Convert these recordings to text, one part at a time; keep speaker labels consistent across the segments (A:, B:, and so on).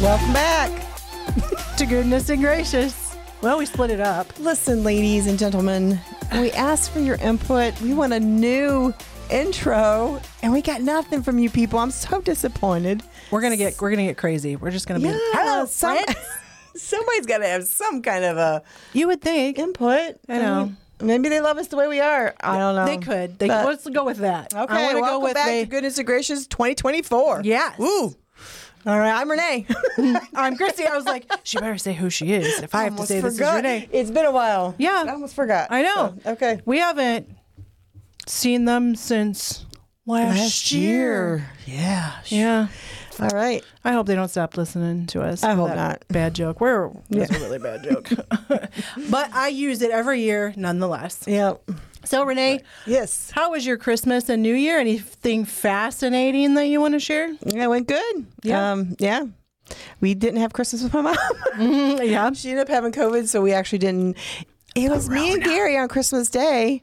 A: Welcome back to Goodness and Gracious. Well, we split it up.
B: Listen, ladies and gentlemen, we asked for your input. We want a new intro, and we got nothing from you people. I'm so disappointed.
A: We're gonna get we're gonna get crazy. We're just gonna be.
B: Yeah, some, somebody's got to have some kind of a
A: You would think
B: input.
A: I know.
B: mean, maybe they love us the way we are. I don't know.
A: they could. They
B: But-
A: let's go with that.
B: Okay,
A: I want to go
B: welcome
A: with
B: back
A: they-
B: to Goodness and Gracious 2024.
A: Yes.
B: Ooh. All right, I'm Renee.
A: I'm Christy. I was like, she better say who she is. If I have to
B: Almost
A: say this is your
B: forgot.
A: name,
B: It's been a while.
A: Yeah.
B: I almost forgot.
A: I know.
B: So, okay.
A: we haven't seen them since last,
B: Yeah.
A: Yeah,
B: All right.
A: I hope they don't stop listening to us.
B: I hope
A: That
B: not.
A: Bad joke. We're that's a really bad joke, but I use it every year nonetheless.
B: Yeah.
A: So Renee,
B: Yes.
A: How was your Christmas and New Year? Anything fascinating that you want to share?
B: Yeah, it went good.
A: Yeah.
B: Um, yeah. We didn't have Christmas with my mom.
A: Mm-hmm. Yeah.
B: she ended up having COVID, so we actually didn't. It was me and Gary on Christmas Day.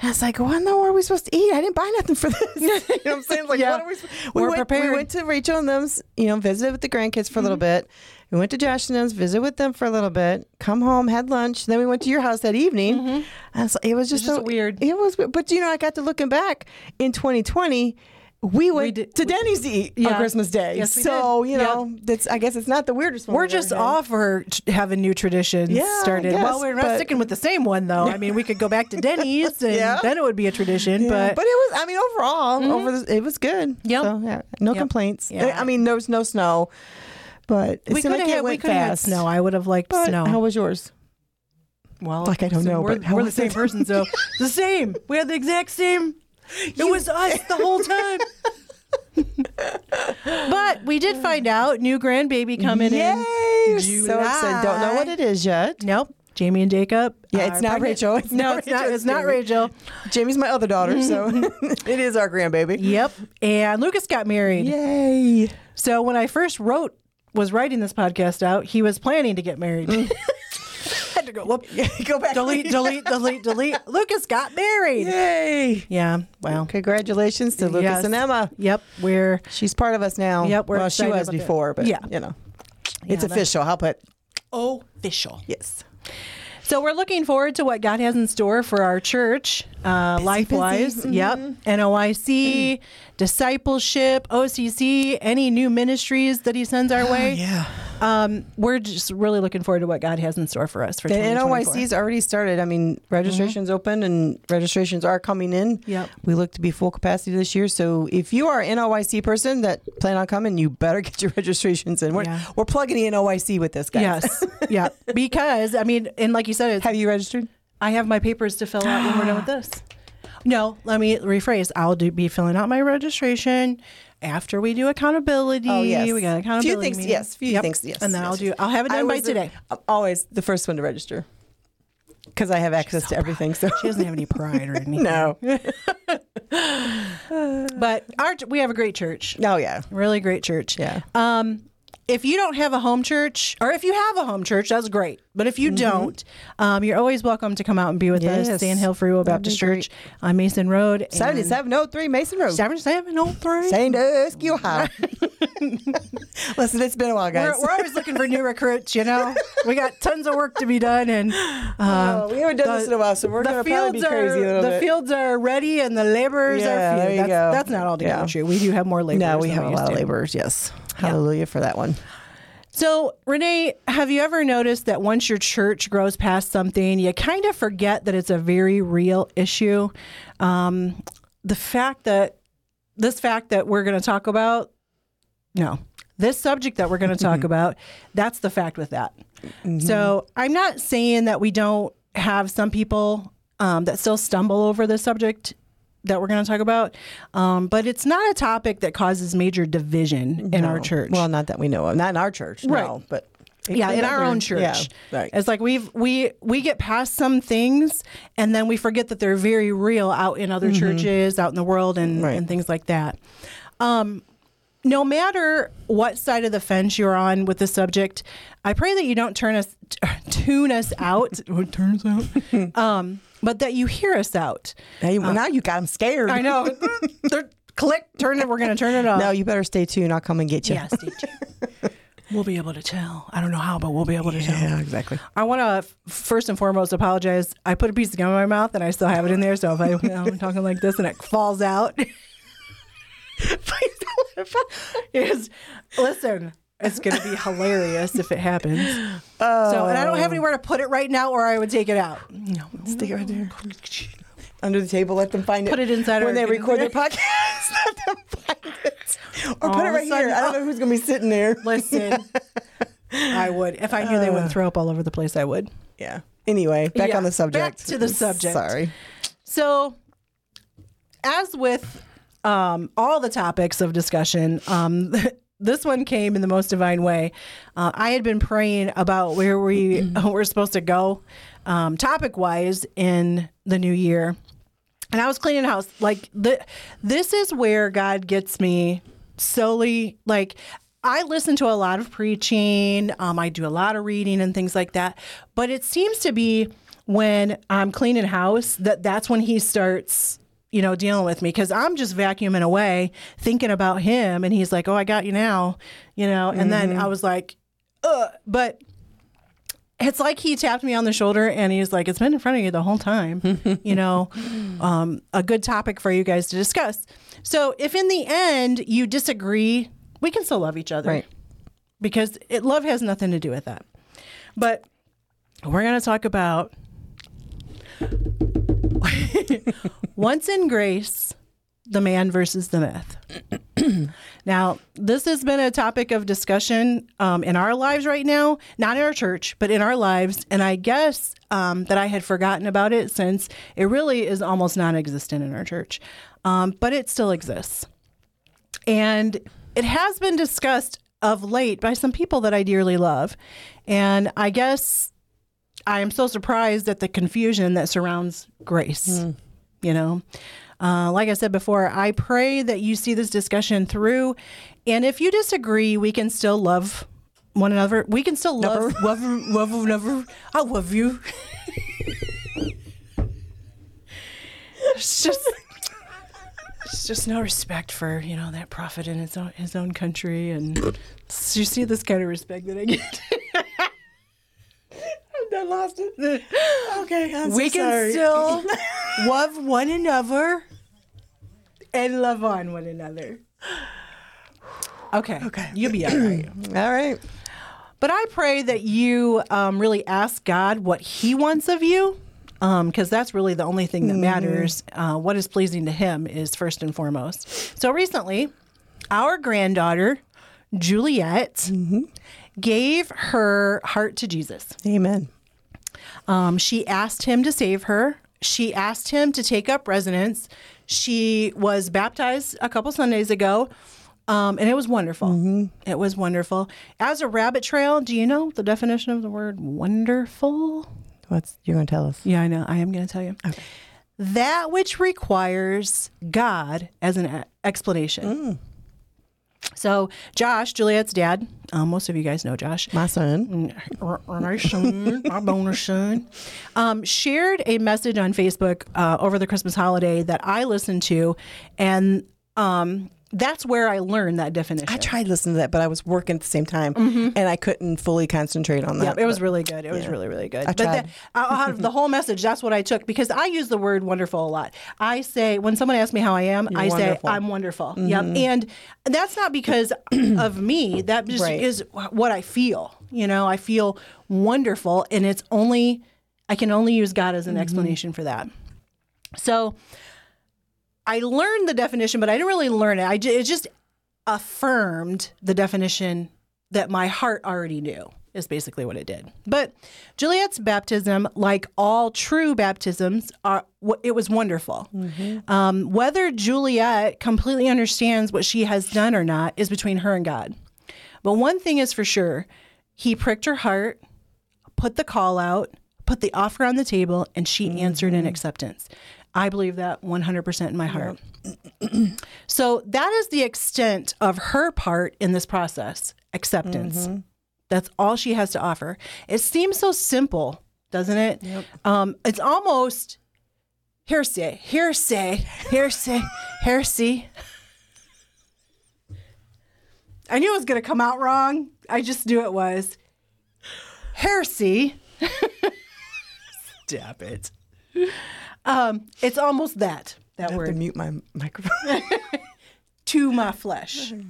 B: And I was like, what in the world are we supposed to eat? I didn't buy nothing for this. you know what I'm saying? Like,
A: Yeah.
B: what are we supposed we
A: We're
B: went,
A: prepared. Mm-hmm.
B: We went to Rachel and them's, you know, visited with the grandkids for a little bit. We went to Josh and them's, visited with them for a little bit, come home, had lunch. Then we went to your house that evening. And so it was just,
A: Mm-hmm. just
B: so
A: weird.
B: It was, weird. but you know, I got to looking back in 2020. We went
A: did-
B: to Denny's to eat
A: Yeah.
B: on Christmas Day.
A: Yes, we
B: so,
A: did.
B: you know, that's I guess it's not the weirdest one.
A: We're
B: we've ever
A: just
B: had.
A: off for t- having new traditions
B: Yeah, I
A: started. well,
B: guess,
A: we're not
B: but-
A: sticking with the same one though. I mean, we could go back to Denny's and
B: Yeah.
A: then it would be a tradition,
B: Yeah,
A: but, Mm-hmm.
B: but it was I mean overall over the, it was good.
A: Yep.
B: So, yeah, no
A: Yep.
B: complaints.
A: Yeah.
B: I mean there was no snow, but it
A: we could
B: seemed like
A: have
B: it
A: had, we
B: went
A: could have had
B: fast.
A: snow. I would have liked
B: But
A: snow.
B: how was yours?
A: well,
B: like, I don't
A: so
B: know,
A: We're,
B: but how
A: we're the
B: was
A: same
B: it?
A: person, so the same. We had the exact same. It was us the whole time. but we did find out new grandbaby coming in.
B: Yay! So
A: July.
B: excited. Don't know what it is yet.
A: Nope. Jamie and Jacob.
B: Yeah,
A: are
B: it's not
A: pregnant.
B: Rachel. It's
A: no,
B: not
A: it's not.
B: Rachel's
A: It's not
B: baby.
A: Rachel.
B: Jamie's my other daughter, so it is our grandbaby.
A: Yep. And Lucas got married.
B: Yay!
A: So when I first wrote, was writing this podcast out, he was planning to get married. Had to go. Whoop.
B: Mm. Go back.
A: Delete. Delete. Delete. Delete. Lucas got married.
B: Yay!
A: Yeah. Wow.
B: Congratulations to Lucas
A: Yes.
B: and Emma.
A: Yep. We're
B: She's part of us now.
A: Yep, we're
B: well, she
A: excited
B: was
A: about that.
B: before, but
A: Yeah.
B: you know, it's
A: that-
B: official. I'll put
A: official.
B: yes.
A: So we're looking forward to what God has in store for our church, uh, life wise.
B: Mm-hmm.
A: Yep. NOIC,
B: Mm.
A: discipleship, OCC, any new ministries that He sends our way.
B: Ah, Yeah.
A: Um, we're just really looking forward to what God has in store for us for
B: The
A: 2024.
B: NOYC's already started. I mean, registrations open and registrations are coming in.
A: Mm-hmm. Yep.
B: We look to be full capacity this year. So if you are an NOYC person that plan on coming, you better get your registrations in. We're,
A: Yeah.
B: we're plugging the NOYC with this, guys.
A: Yes. yeah. Because I mean, and like you said, it's,
B: Have you registered?
A: I have my papers to fill out when we're done with this. No, let me rephrase. I'll do, be filling out my registration after we do accountability.
B: Oh, yes.
A: We got accountability.
B: Few things,
A: meeting.
B: yes. Few
A: Yep.
B: things, yes.
A: And then
B: yes,
A: I'll do.
B: yes.
A: I'll have it
B: I
A: done by
B: was the-
A: today.
B: I'm always the first one to register because I have access to everything. So
A: She doesn't have any pride or anything.
B: no, oh
A: But our we have a great church.
B: yeah,
A: Really great church.
B: yeah.
A: Um, if you don't have a home church, or if you have a home church, that's great. But if you don't, um, you're always welcome to come out and be with us,
B: Mm-hmm. Yes.
A: Sand Hill Free Will
B: That'd
A: Baptist
B: be great.
A: Church on Mason Road. and- oh,
B: Seventy-seven oh three Mason Road,
A: 7703.
B: Saint Askew High. Listen, it's been a while, guys.
A: We're, we're always looking for new recruits, you know. We got tons of work to be done, and um,
B: Oh, we haven't done
A: the-
B: this in a while, so we're
A: the
B: going to probably
A: fields
B: be crazy a
A: are
B: little
A: the
B: bit.
A: fields are ready, and the laborers
B: Yeah,
A: are
B: there
A: few.
B: you
A: That's,
B: go.
A: that's not altogether
B: Yeah.
A: true. We do have more laborers.
B: no, we
A: than
B: have a
A: used
B: lot of
A: to.
B: laborers. Yes, hallelujah for that one.
A: So, Renee, have you ever noticed that once your church grows past something, you kind of forget that it's a very real issue? Um, the fact that this fact that we're going to talk about, no, this subject that we're going to talk about, that's the fact with that.
B: Mm-hmm.
A: So, I'm not saying that we don't have some people um, that still stumble over this subject that we're going to talk about, um, but it's not a topic that causes major division in our
B: No.
A: church
B: Well, not that we know of, not in our church,
A: Right.
B: no, but
A: yeah, in
B: but
A: our
B: they're-
A: own church.
B: Yeah, right.
A: It's like we've we we get past some things and then we forget that they're very real out in other churches, out in the world and,
B: Right.
A: and things like that. Um no matter what side of the fence you're on with the subject, I pray that you don't turn us t- tune us out. or turn us out. um, but that you hear us out.
B: Hey, well, now you got them scared.
A: I know. They're- click, turn it. We're going to turn it off.
B: No, you better stay tuned. I'll come and get you.
A: Yes, did you? We'll be able to tell. I don't know how, but we'll be able to tell.
B: Yeah, exactly.
A: I want to first and foremost apologize. I put a piece of gum in my mouth and I still have it in there. So if I, I'm talking like this and it falls out, please don't let it fall. It's- listen. It's gonna be hilarious if it happens. So, and I don't have anywhere to put it right now, or I would take it out. No,
B: Stick it right there. Under the table, let them find it.
A: Put it inside
B: when
A: our-
B: they record their podcast. let them find it, or
A: All
B: put it
A: of a
B: right here.
A: sudden-
B: I don't know who's gonna be sitting there.
A: listen. I would if I knew they wouldn't throw up all over the place. I would.
B: Yeah. Anyway, back
A: Yeah.
B: on the subject.
A: Back to the subject.
B: Sorry.
A: So, as with um, all the topics of discussion, um, this one came in the most divine way. Uh, I had been praying about where we were supposed to go, um, topic wise, in the new year, and I was cleaning house. Like the, this is where God gets me solely. Like I listen to a lot of preaching. Um, I do a lot of reading and things like that. But it seems to be when I'm cleaning house that that's when He starts. You know, dealing with me because I'm just vacuuming away, thinking about him, and he's like, "Oh, I got you now," you know. And then I was like, "Ugh," but it's like he tapped me on the shoulder and he's like, it's been in front of you the whole time, you know, um, a good topic for you guys to discuss. So if in the end you disagree, we can still love each other
B: Right.
A: because it, love has nothing to do with that. But we're going to talk about once in grace, the man versus the myth. Now, this has been a topic of discussion um, in our lives right now, not in our church, but in our lives. And I guess um, that I had forgotten about it since it really is almost non existent in our church, um, but it still exists. And it has been discussed of late by some people that I dearly love. And I guess I am so surprised at the confusion that surrounds grace. You know, uh, like I said before, I pray that you see this discussion through. And if you disagree, we can still love one another. We can still love, love, love, never. I love you. it's just. It's just no respect for you know that prophet in his own his own country, and So you see this kind of respect that I get.
B: I done lost it. Okay, I'm
A: we can still love one another and love on one another. Okay. Okay. You'll be all right.
B: All right.
A: But I pray that you um, really ask God what He wants of you, because that's really the only thing that
B: Mm-hmm.
A: matters. Uh, what is pleasing to Him is first and foremost. So recently, our granddaughter, Juliet,
B: Mm-hmm.
A: gave her heart to Jesus.
B: Amen.
A: Um, she asked him to save her. She asked him to take up residence. She was baptized a couple Sundays ago, um, and it was wonderful. It was wonderful. As a rabbit trail, do you know the definition of the word wonderful?
B: What's you're gonna tell us?
A: Yeah, I know. I am going to tell you. That which requires God as an e- explanation. So, Josh, Juliet's dad, um, most of you guys know Josh
B: My son.
A: r- r- my son, my boner son, um, shared a message on Facebook uh, over the Christmas holiday that I listened to, and um, that's where I learned that definition.
B: I tried listening to that, but I was working at the same time, and I couldn't fully concentrate on that.
A: Mm-hmm. Yeah, it was really good. It was really, really good. but
B: tried.
A: that, out of the whole message, that's what I took because I use the word wonderful a lot. I say when someone asks me how I am, I
B: wonderful. Mm-hmm.
A: say I'm wonderful. Yep, and that's not because of me. That just
B: Right.
A: is what I feel. You know, I feel wonderful, and it's only I can only use God as an
B: Mm-hmm.
A: explanation for that. So I learned the definition, but I didn't really learn it. I ju- it just affirmed the definition that my heart already knew is basically what it did. But Juliet's baptism, like all true baptisms, are w- it was wonderful. Um, whether Juliet completely understands what she has done or not is between her and God. But one thing is for sure, he pricked her heart put the call out, put the offer on the table, and she answered in acceptance. I believe that 100% in my heart. so that is the extent of her part in this process acceptance.
B: Mm-hmm.
A: That's all she has to offer. It seems so simple, doesn't it? Um, it's almost hearsay, hearsay, hearsay, hearsay. I knew it was going to come out wrong. I just knew it was heresy.
B: Stop it.
A: Um, it's almost that that
B: I have to
A: word
B: mute my microphone.
A: to my flesh.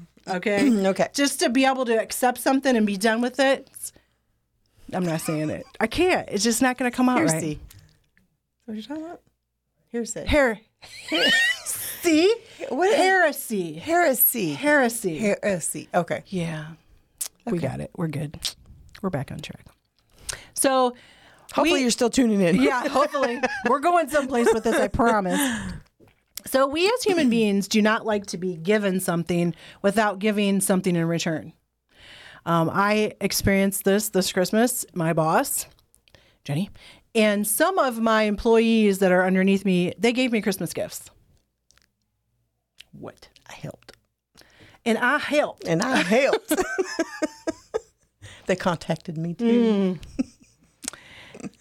A: Okay.
B: okay.
A: just to be able to accept something and be done with it. it's- I'm not saying it. I can't. It's just not going to come out
B: Heresy.
A: right.
B: What are you talking about? Hearsay.
A: Her- see?
B: What-
A: Heresy.
B: Heresy.
A: Heresy.
B: Heresy. Okay.
A: yeah. We got it. We're good. We're back on track. So,
B: Hopefully
A: we-
B: you're still tuning in.
A: yeah, hopefully. We're going someplace with this, I promise. So, we as human beings do not like to be given something without giving something in return. Um, I experienced this this Christmas. My boss, Jenny, and some of my employees that are underneath me, they gave me Christmas gifts. What?
B: I helped.
A: And I helped.
B: And I helped. they contacted me too.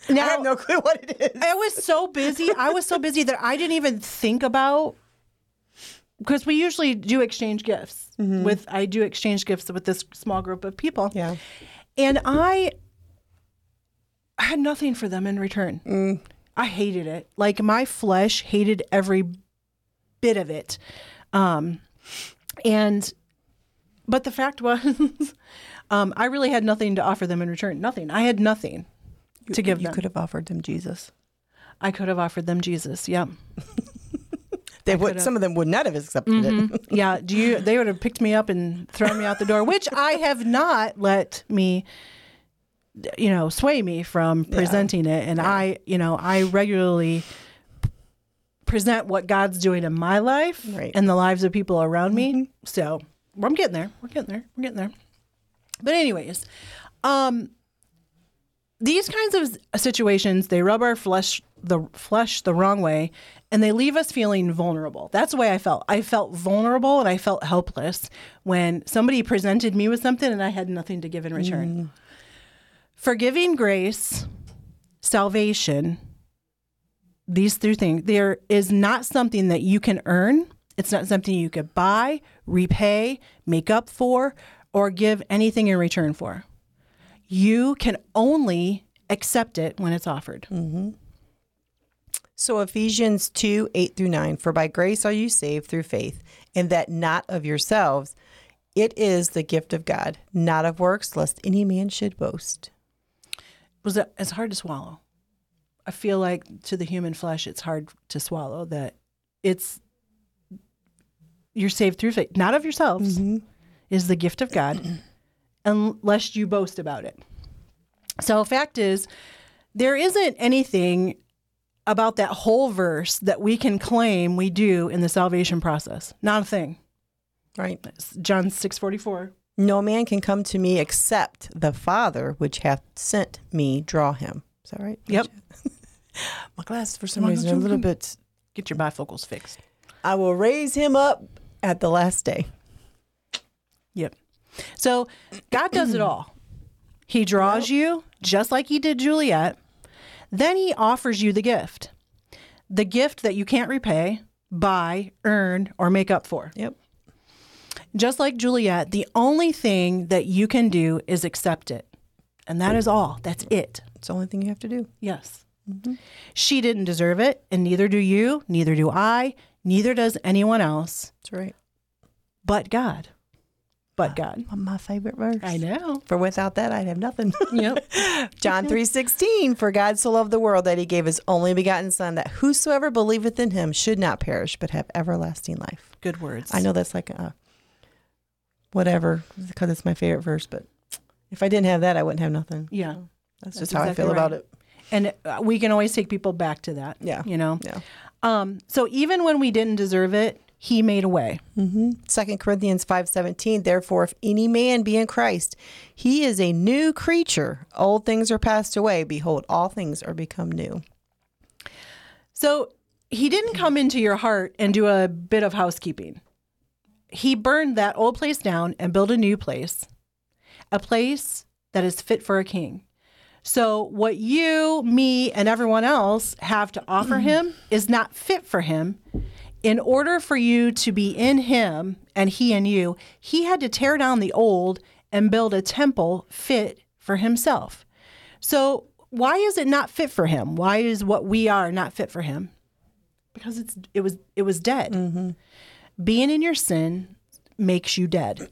B: I
A: Now,
B: have no clue what it is.
A: I was so busy. I was so busy that I didn't even think about because we usually do exchange gifts with I do exchange gifts with this small group of people.
B: Mm-hmm. Yeah.
A: And I I had nothing for them in return.
B: Mm.
A: I hated it. Like my flesh hated every bit of it. Um and but the fact was um I really had nothing to offer them in return. Nothing. I had nothing to give
B: You
A: them.
B: could have offered them Jesus.
A: I could have offered them Jesus. Yeah.
B: They Mm-hmm. would. Some of them would not have accepted it.
A: Yeah, do you? They would have picked me up and thrown me out the door, which I have not let me, you know, sway me from presenting it. And I, you know, I regularly present what God's doing in my life
B: Right.
A: and the lives of people around me. So well, I'm getting there. We're getting there. We're getting there. But anyways, um, these kinds of situations they rub our flesh the flesh the wrong way and they leave us feeling vulnerable that's the way i felt i felt vulnerable and i felt helpless when somebody presented me with something and i had nothing to give in return forgiving grace salvation these three things there is not something that you can earn it's not something you could buy repay make up for or give anything in return for you can only accept it when it's offered.
B: So Ephesians 2, 8 through 9, for by grace are you saved through faith, and that not of yourselves. It is the gift of God, not of works, lest any man should boast.
A: Was it, it's hard to swallow. I feel like to the human flesh, it's hard to swallow that it's you're saved through faith, not of yourselves, is the gift of God, unless you boast about it. So, fact is, there isn't anything about that whole verse that we can claim we do in the salvation process. Not a thing.
B: Right?
A: John six forty four.
B: No man can come to me except the Father which hath sent me draw him. Is that right?
A: Yep.
B: My glasses, for some
A: Why
B: reason,
A: don't
B: are a
A: you
B: little
A: come-
B: bit.
A: Get your bifocals fixed.
B: I will raise him up at the last day.
A: Yep. So God does it all. He draws you just like he did Juliet. Then he offers you the gift. The gift that you can't repay, buy, earn, or make up for.
B: Yep.
A: Just like Juliet, the only thing that you can do is accept it. And that is all. That's it.
B: It's the only thing you have to do.
A: Yes. She didn't deserve it, and neither do you, neither do I, neither does anyone else
B: That's right.
A: but God. But God.
B: My favorite verse.
A: know.
B: For without that, I'd have nothing.
A: Yep.
B: John 3:16 For God so loved the world that he gave his only begotten son that whosoever believeth in him should not perish but have everlasting life.
A: Good words.
B: I know that's like a whatever because it's my favorite verse but if I didn't have that I wouldn't have nothing.
A: Yeah.
B: That's,
A: That's
B: just how
A: exactly
B: I feel about
A: right.
B: it.
A: And uh, we can always take people back to that.
B: Yeah.
A: You know?
B: Yeah.
A: Um, so even when we didn't deserve it, he made a way.
B: Second Corinthians 5:17 Therefore if any man be in Christ he is a new creature old things are passed away behold all things are become new.
A: So he didn't come into your heart and do a bit of housekeeping. He burned that old place down and built a new place, a place that is fit for a king. So, what you, me, and everyone else have to offer him is not fit for him. In order for you to be in him and he in you, he had to tear down the old and build a temple fit for himself. So, why is it not fit for him? Why is what we are not fit for him? Because it's it was it was dead. Being in your sin makes you dead.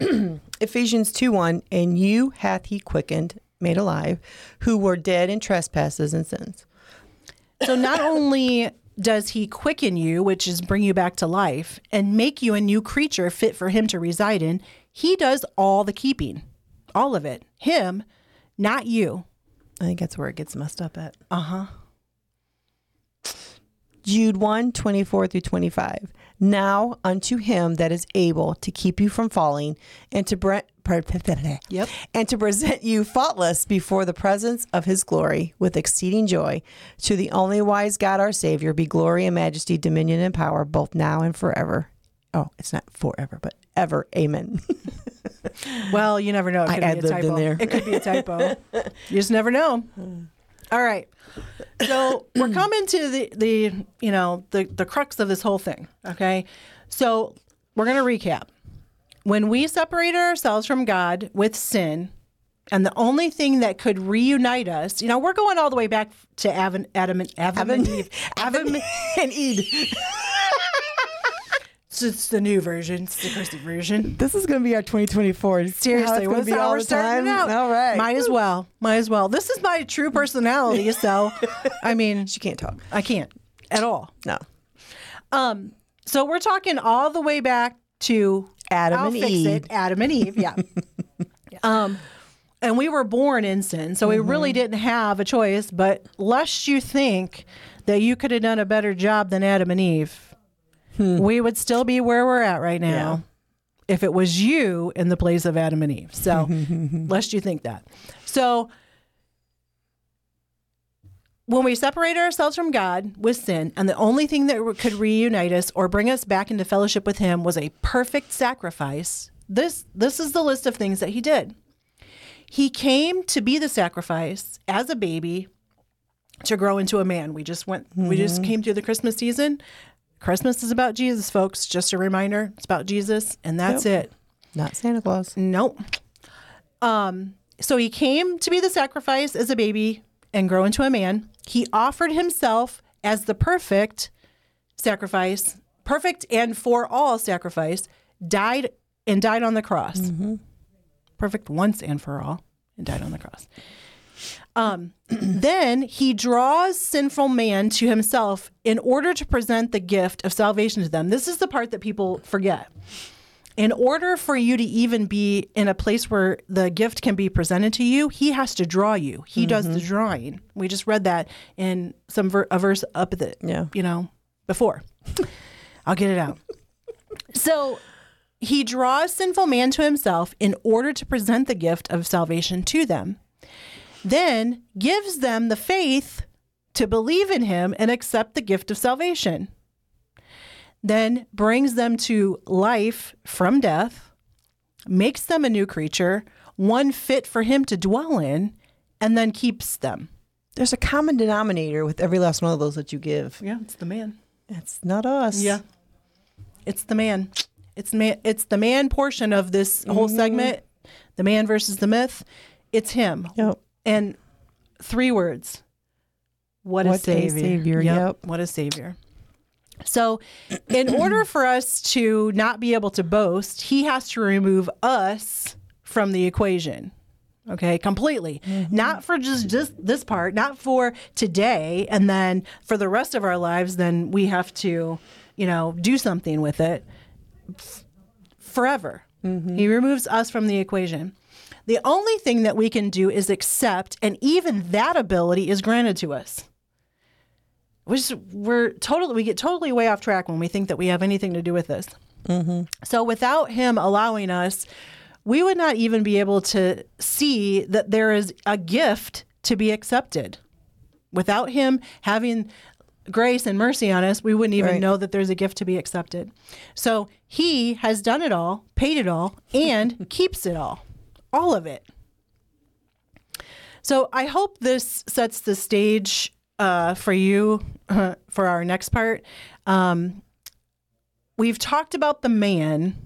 B: Ephesians 2 1, and you hath he quickened, made alive, who were dead in trespasses and sins.
A: So not only does he quicken you, which is bring you back to life, and make you a new creature fit for him to reside in, he does all the keeping, all of it. Him, not you.
B: I think that's where it gets messed up at. Uh huh. Jude 1 24 through 25. Now unto him that is able to keep you from falling and to bre-
A: Yep.
B: and to present you faultless before the presence of his glory with exceeding joy to the only wise God our Savior be glory and majesty dominion and power both now and forever oh it's not forever but ever amen
A: Well, you never know. It could be a
B: ad-libbed in
A: typo.
B: there.
A: It could be a typo. you just never know. All right. So we're coming to the, the you know the the crux of this whole thing. Okay. So we're gonna recap. When we separated ourselves from God with sin, and the only thing that could reunite us, you know, we're going all the way back to Adam, Adam and Adam, and Eve. Adam,
B: and Ed
A: it's, it's the new version. It's the Christy version.
B: this is going to be our 2024
A: Seriously,
B: going to
A: what's
B: be
A: how
B: all
A: we're
B: the
A: starting
B: time
A: it out?
B: all right
A: Might as well. Might as well. This is my true personality, so I mean,
B: she can't talk
A: I can't at all.
B: no
A: Um, so we're talking all the way back to
B: Adam
A: I'll
B: and
A: fix
B: Eve
A: it, Adam and Eve. Yeah. um, and we were born in sin, so we really didn't have a choice. But lest you think that you could have done a better job than Adam and Eve, we would still be where we're at right now if it was you in the place of Adam and Eve. So lest you think that. So when we separated ourselves from God with sin, and the only thing that could reunite us or bring us back into fellowship with Him was a perfect sacrifice. This this is the list of things that He did. He came to be the sacrifice as a baby to grow into a man. We just went. We just came through the Christmas season. Christmas is about Jesus, folks. Just a reminder, it's about Jesus, and that's it.
B: not Santa Claus
A: Nope. Um, so he came to be the sacrifice as a baby and grow into a man. He offered himself as the perfect sacrifice, perfect and for all sacrifice, died and died on the cross. Perfect once and for all and died on the cross. Um, then he draws sinful man to himself in order to present the gift of salvation to them. This is the part that people forget in order for you to even be in a place where the gift can be presented to you, he has to draw you. He does the drawing. We just read that in some ver- a verse up at the
B: Yeah.
A: you know before. I'll get it out. so he draws sinful man to himself in order to present the gift of salvation to them. Then gives them the faith to believe in him and accept the gift of salvation then brings them to life from death, makes them a new creature, one fit for him to dwell in, and then keeps them.
B: There's a common denominator with every last one of those that you give.
A: Yeah, it's the man.
B: It's not us.
A: Yeah. It's the man. It's man it's the man portion of this whole segment, the man versus the myth. It's him.
B: Yep.
A: And three words. What, a
B: What a
A: savior.
B: savior, yep.
A: What a savior. So, in order for us to not be able to boast, he has to remove us from the equation. Okay, completely. Not for just, just this part, not for today, and then for the rest of our lives, then we have to, you know, do something with it forever. He removes us from the equation. The only thing that we can do is accept, and even that ability is granted to us. Which we're totally, we get totally way off track when we think that we have anything to do with this. So without him allowing us, we would not even be able to see that there is a gift to be accepted. Without him having grace and mercy on us, we wouldn't even
B: Right.
A: know that there's a gift to be accepted. So he has done it all, paid it all, and keeps it all. All of it. So I hope this sets the stage uh, for you uh, for our next part. Um, we've talked about the man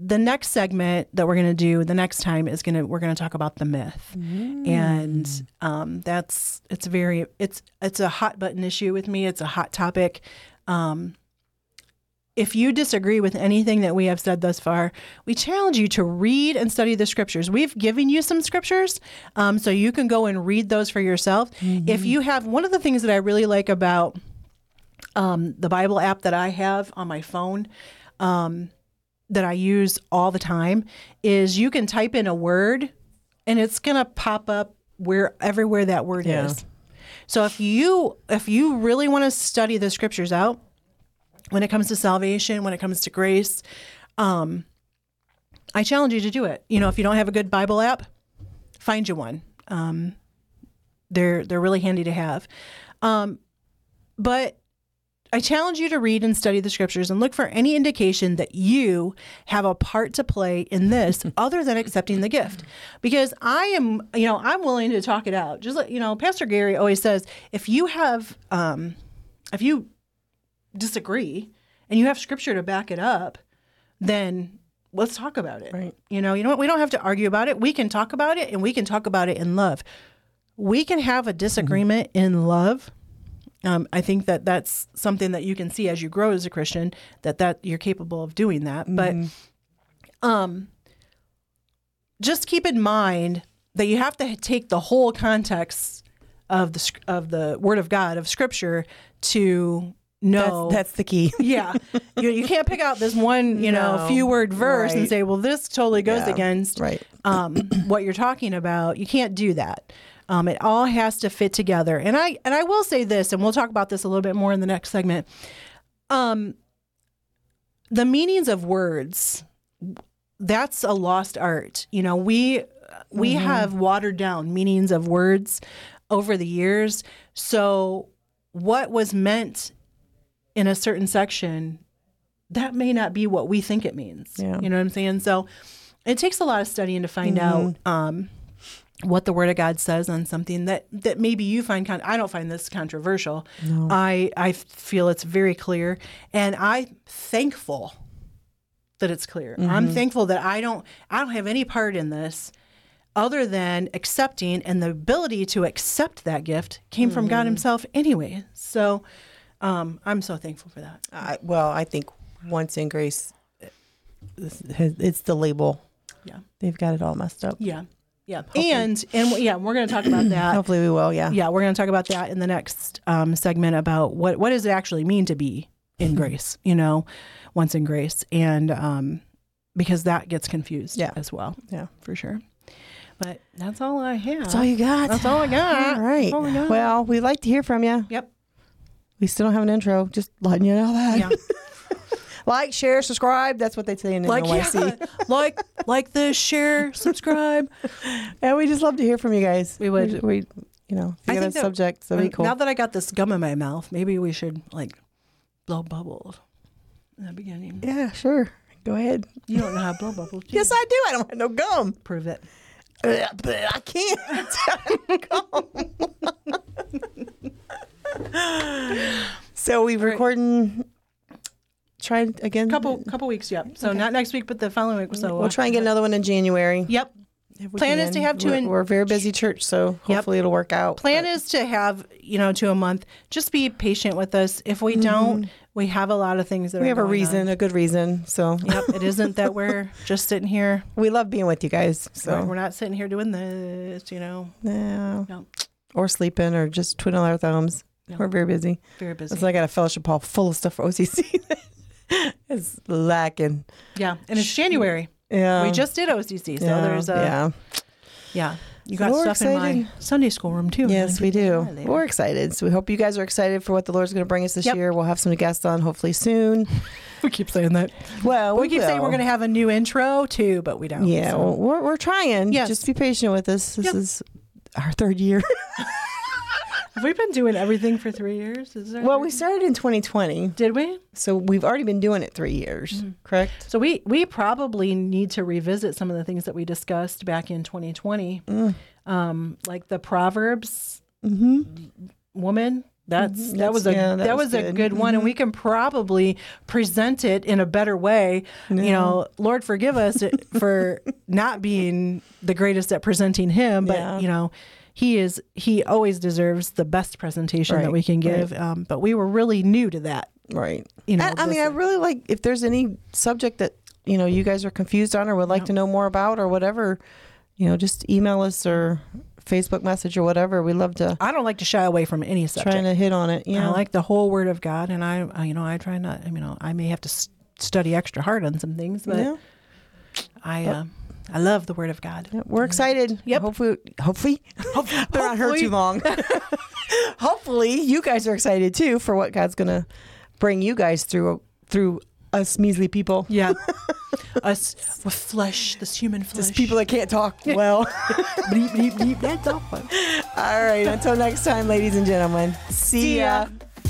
A: the next segment that we're going to do the next time is going to we're going to talk about the myth and um, that's it's very it's it's a hot button issue with me it's a hot topic um, if you disagree with anything that we have said thus far, we challenge you to read and study the scriptures. We've given you some scriptures, um, so you can go and read those for yourself. If you have one of the things that I really like about um, the Bible app that I have on my phone um, that I use all the time is you can type in a word and it's gonna pop up where everywhere that word
B: Yeah.
A: is. So if you if you really want to study the scriptures out when it comes to salvation, when it comes to grace, um, I challenge you to do it. You know, if you don't have a good Bible app, find you one. Um, they're they're really handy to have. Um, but I challenge you to read and study the scriptures and look for any indication that you have a part to play in this other than accepting the gift. Because I am, you know, I'm willing to talk it out. Just like, you know, Pastor Gary always says if you have, um, if you disagree and you have scripture to back it up, then let's talk about it.
B: Right.
A: You know, you know what? We don't have to argue about it. We can talk about it and we can talk about it in love. We can have a disagreement
B: Mm-hmm.
A: in love. Um, I think that that's something that you can see as you grow as a Christian that that you're capable of doing that. But
B: Mm-hmm.
A: um, just keep in mind that you have to take the whole context of the sc- of the Word of God of Scripture to know
B: That's, that's the key.
A: yeah. You, you can't pick out this one, you know,
B: No.
A: few word verse and
B: Right.
A: say, well, this totally goes
B: Yeah.
A: against
B: Right.
A: um, what you're talking about. You can't do that. Um, it all has to fit together. And I and I will say this, and we'll talk about this a little bit more in the next segment. Um, the meanings of words, that's a lost art. You know, we we have watered down meanings of words over the years. So what was meant in a certain section that may not be what we think it means
B: Yeah.
A: you know what i'm saying so it takes a lot of studying to find out um, what the word of god says on something that that maybe you find con- i don't find this controversial i i feel it's very clear and i'm thankful that it's clear i'm thankful that i don't i don't have any part in this other than accepting and the ability to accept that gift came from God Himself anyway. So um, I'm so thankful for that.
B: I, well, I think once in grace, uh, it's the label.
A: Yeah.
B: They've got it all messed up.
A: Yeah. Yeah. And and yeah, we're going to talk about that.
B: Hopefully we will. Yeah.
A: Yeah, we're going to talk about that in the next um, segment about what what does it actually mean to be in grace, you know, once in grace and um, because that gets confused
B: Yeah.
A: as well.
B: Yeah.
A: For sure. But that's all I have.
B: That's all you got.
A: That's all I got.
B: All right.
A: That's all I got.
B: Well, we'd like to hear from you.
A: yep.
B: We still don't have an intro. Just letting you know that.
A: Yeah.
B: like, share, subscribe. That's what they say in
A: like yeah,
B: NYC.
A: like like this, share, subscribe.
B: And we just love to hear from you guys.
A: We would.
B: We, you know, if
A: I
B: you got a
A: think that-
B: subject, that'd be
A: Um,
B: cool.
A: Now that I got this gum in my mouth, maybe we should like blow bubbles in the beginning.
B: yeah, sure. Go ahead.
A: You don't know how to blow bubbles. do
B: Yes,
A: you?
B: I do. I don't have no gum.
A: prove it.
B: But I can't. so we recording. Try again.
A: Couple couple weeks, yep. So not next week, but the following week. So uh,
B: We'll try and get another one in January.
A: Yep.
B: If we
A: Plan is to have two
B: We're,
A: in-
B: we're a very busy church, so hopefully it'll work out.
A: Plan is to have you know to a month. Just be patient with us. If we don't, we have a lot of things that
B: Mm-hmm. we
A: are
B: have a
A: going on.
B: reason, a good reason. So
A: Yep. It isn't that we're just sitting here.
B: we love being with you guys. So
A: We're not sitting here doing this. You know,
B: yeah.
A: No.
B: or sleeping, or just twiddling our thumbs.
A: No.
B: We're very busy.
A: very busy.
B: It's like I got a fellowship hall full of stuff for OCC. it's lacking.
A: yeah, and it's January.
B: Yeah.
A: we just did OCC, so
B: um, yeah,
A: there's a
B: yeah.
A: Yeah. You
B: So
A: got
B: we're
A: stuff in my
B: excited.
A: Sunday school room too.
B: Yes, we do.
A: Yeah, they
B: We're excited. So we hope you guys are excited for what the Lord's going to bring us this
A: Yep.
B: year. We'll have some guests on hopefully soon.
A: We keep saying that.
B: Well,
A: We keep saying we're
B: will.
A: going to have a new intro too, but we don't.
B: Yeah,
A: so.
B: well, we're we're trying.
A: Yes.
B: Just be patient with us. This
A: Yep.
B: is our third year.
A: Have we been doing everything for three years? Is there
B: well, we started in 2020,
A: did we?
B: so we've already been doing it three years.
A: Mm-hmm.
B: Correct.
A: So we we probably need to revisit some of the things that we discussed back in
B: Mm-hmm.
A: 2020, um, like the proverbs woman That's that was a
B: yeah,
A: that, was, a good Mm-hmm. one, and we can probably present it in a better way. You know, Lord forgive us it- for not being the greatest at presenting Him, but
B: Yeah.
A: you know, He is He always deserves the best presentation that
B: Right,
A: we can give. Um, but we were really new to that.
B: Right.
A: You know,
B: I, I mean, I
A: different.
B: really like if there's any subject that you know you guys are confused on or would like to know more about or whatever, you know, just email us or Facebook message or whatever. We love to
A: I don't like to shy away from any subject.
B: trying to hit on it. You
A: I
B: know,
A: like the whole Word of God, and I, I you know, I try not. I mean, I'll- I may have to s- study extra hard on some things, but
B: yeah.
A: I, uh, I love the Word of God.
B: Yeah, we're excited.
A: Yep.
B: Hopefully, hopefully, they're not here too long. hopefully, you guys are excited too for what God's gonna bring you guys through through us measly people.
A: Yeah, us with flesh, this human flesh.
B: Just people that can't talk well.
A: bleep, bleep, bleep. That's all fun.
B: All right. Until next time, ladies and gentlemen. See,
A: See ya.
B: ya.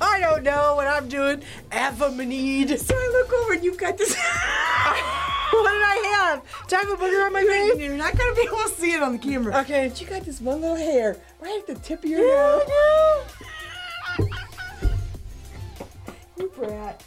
A: I don't know what I'm doing. Avamonide. So I look over and you've got this. what did I have? Do I have a booger on my face? You're not gonna be able to see it on the camera. Okay. But you got this one little hair right at the tip of your nose. you brat.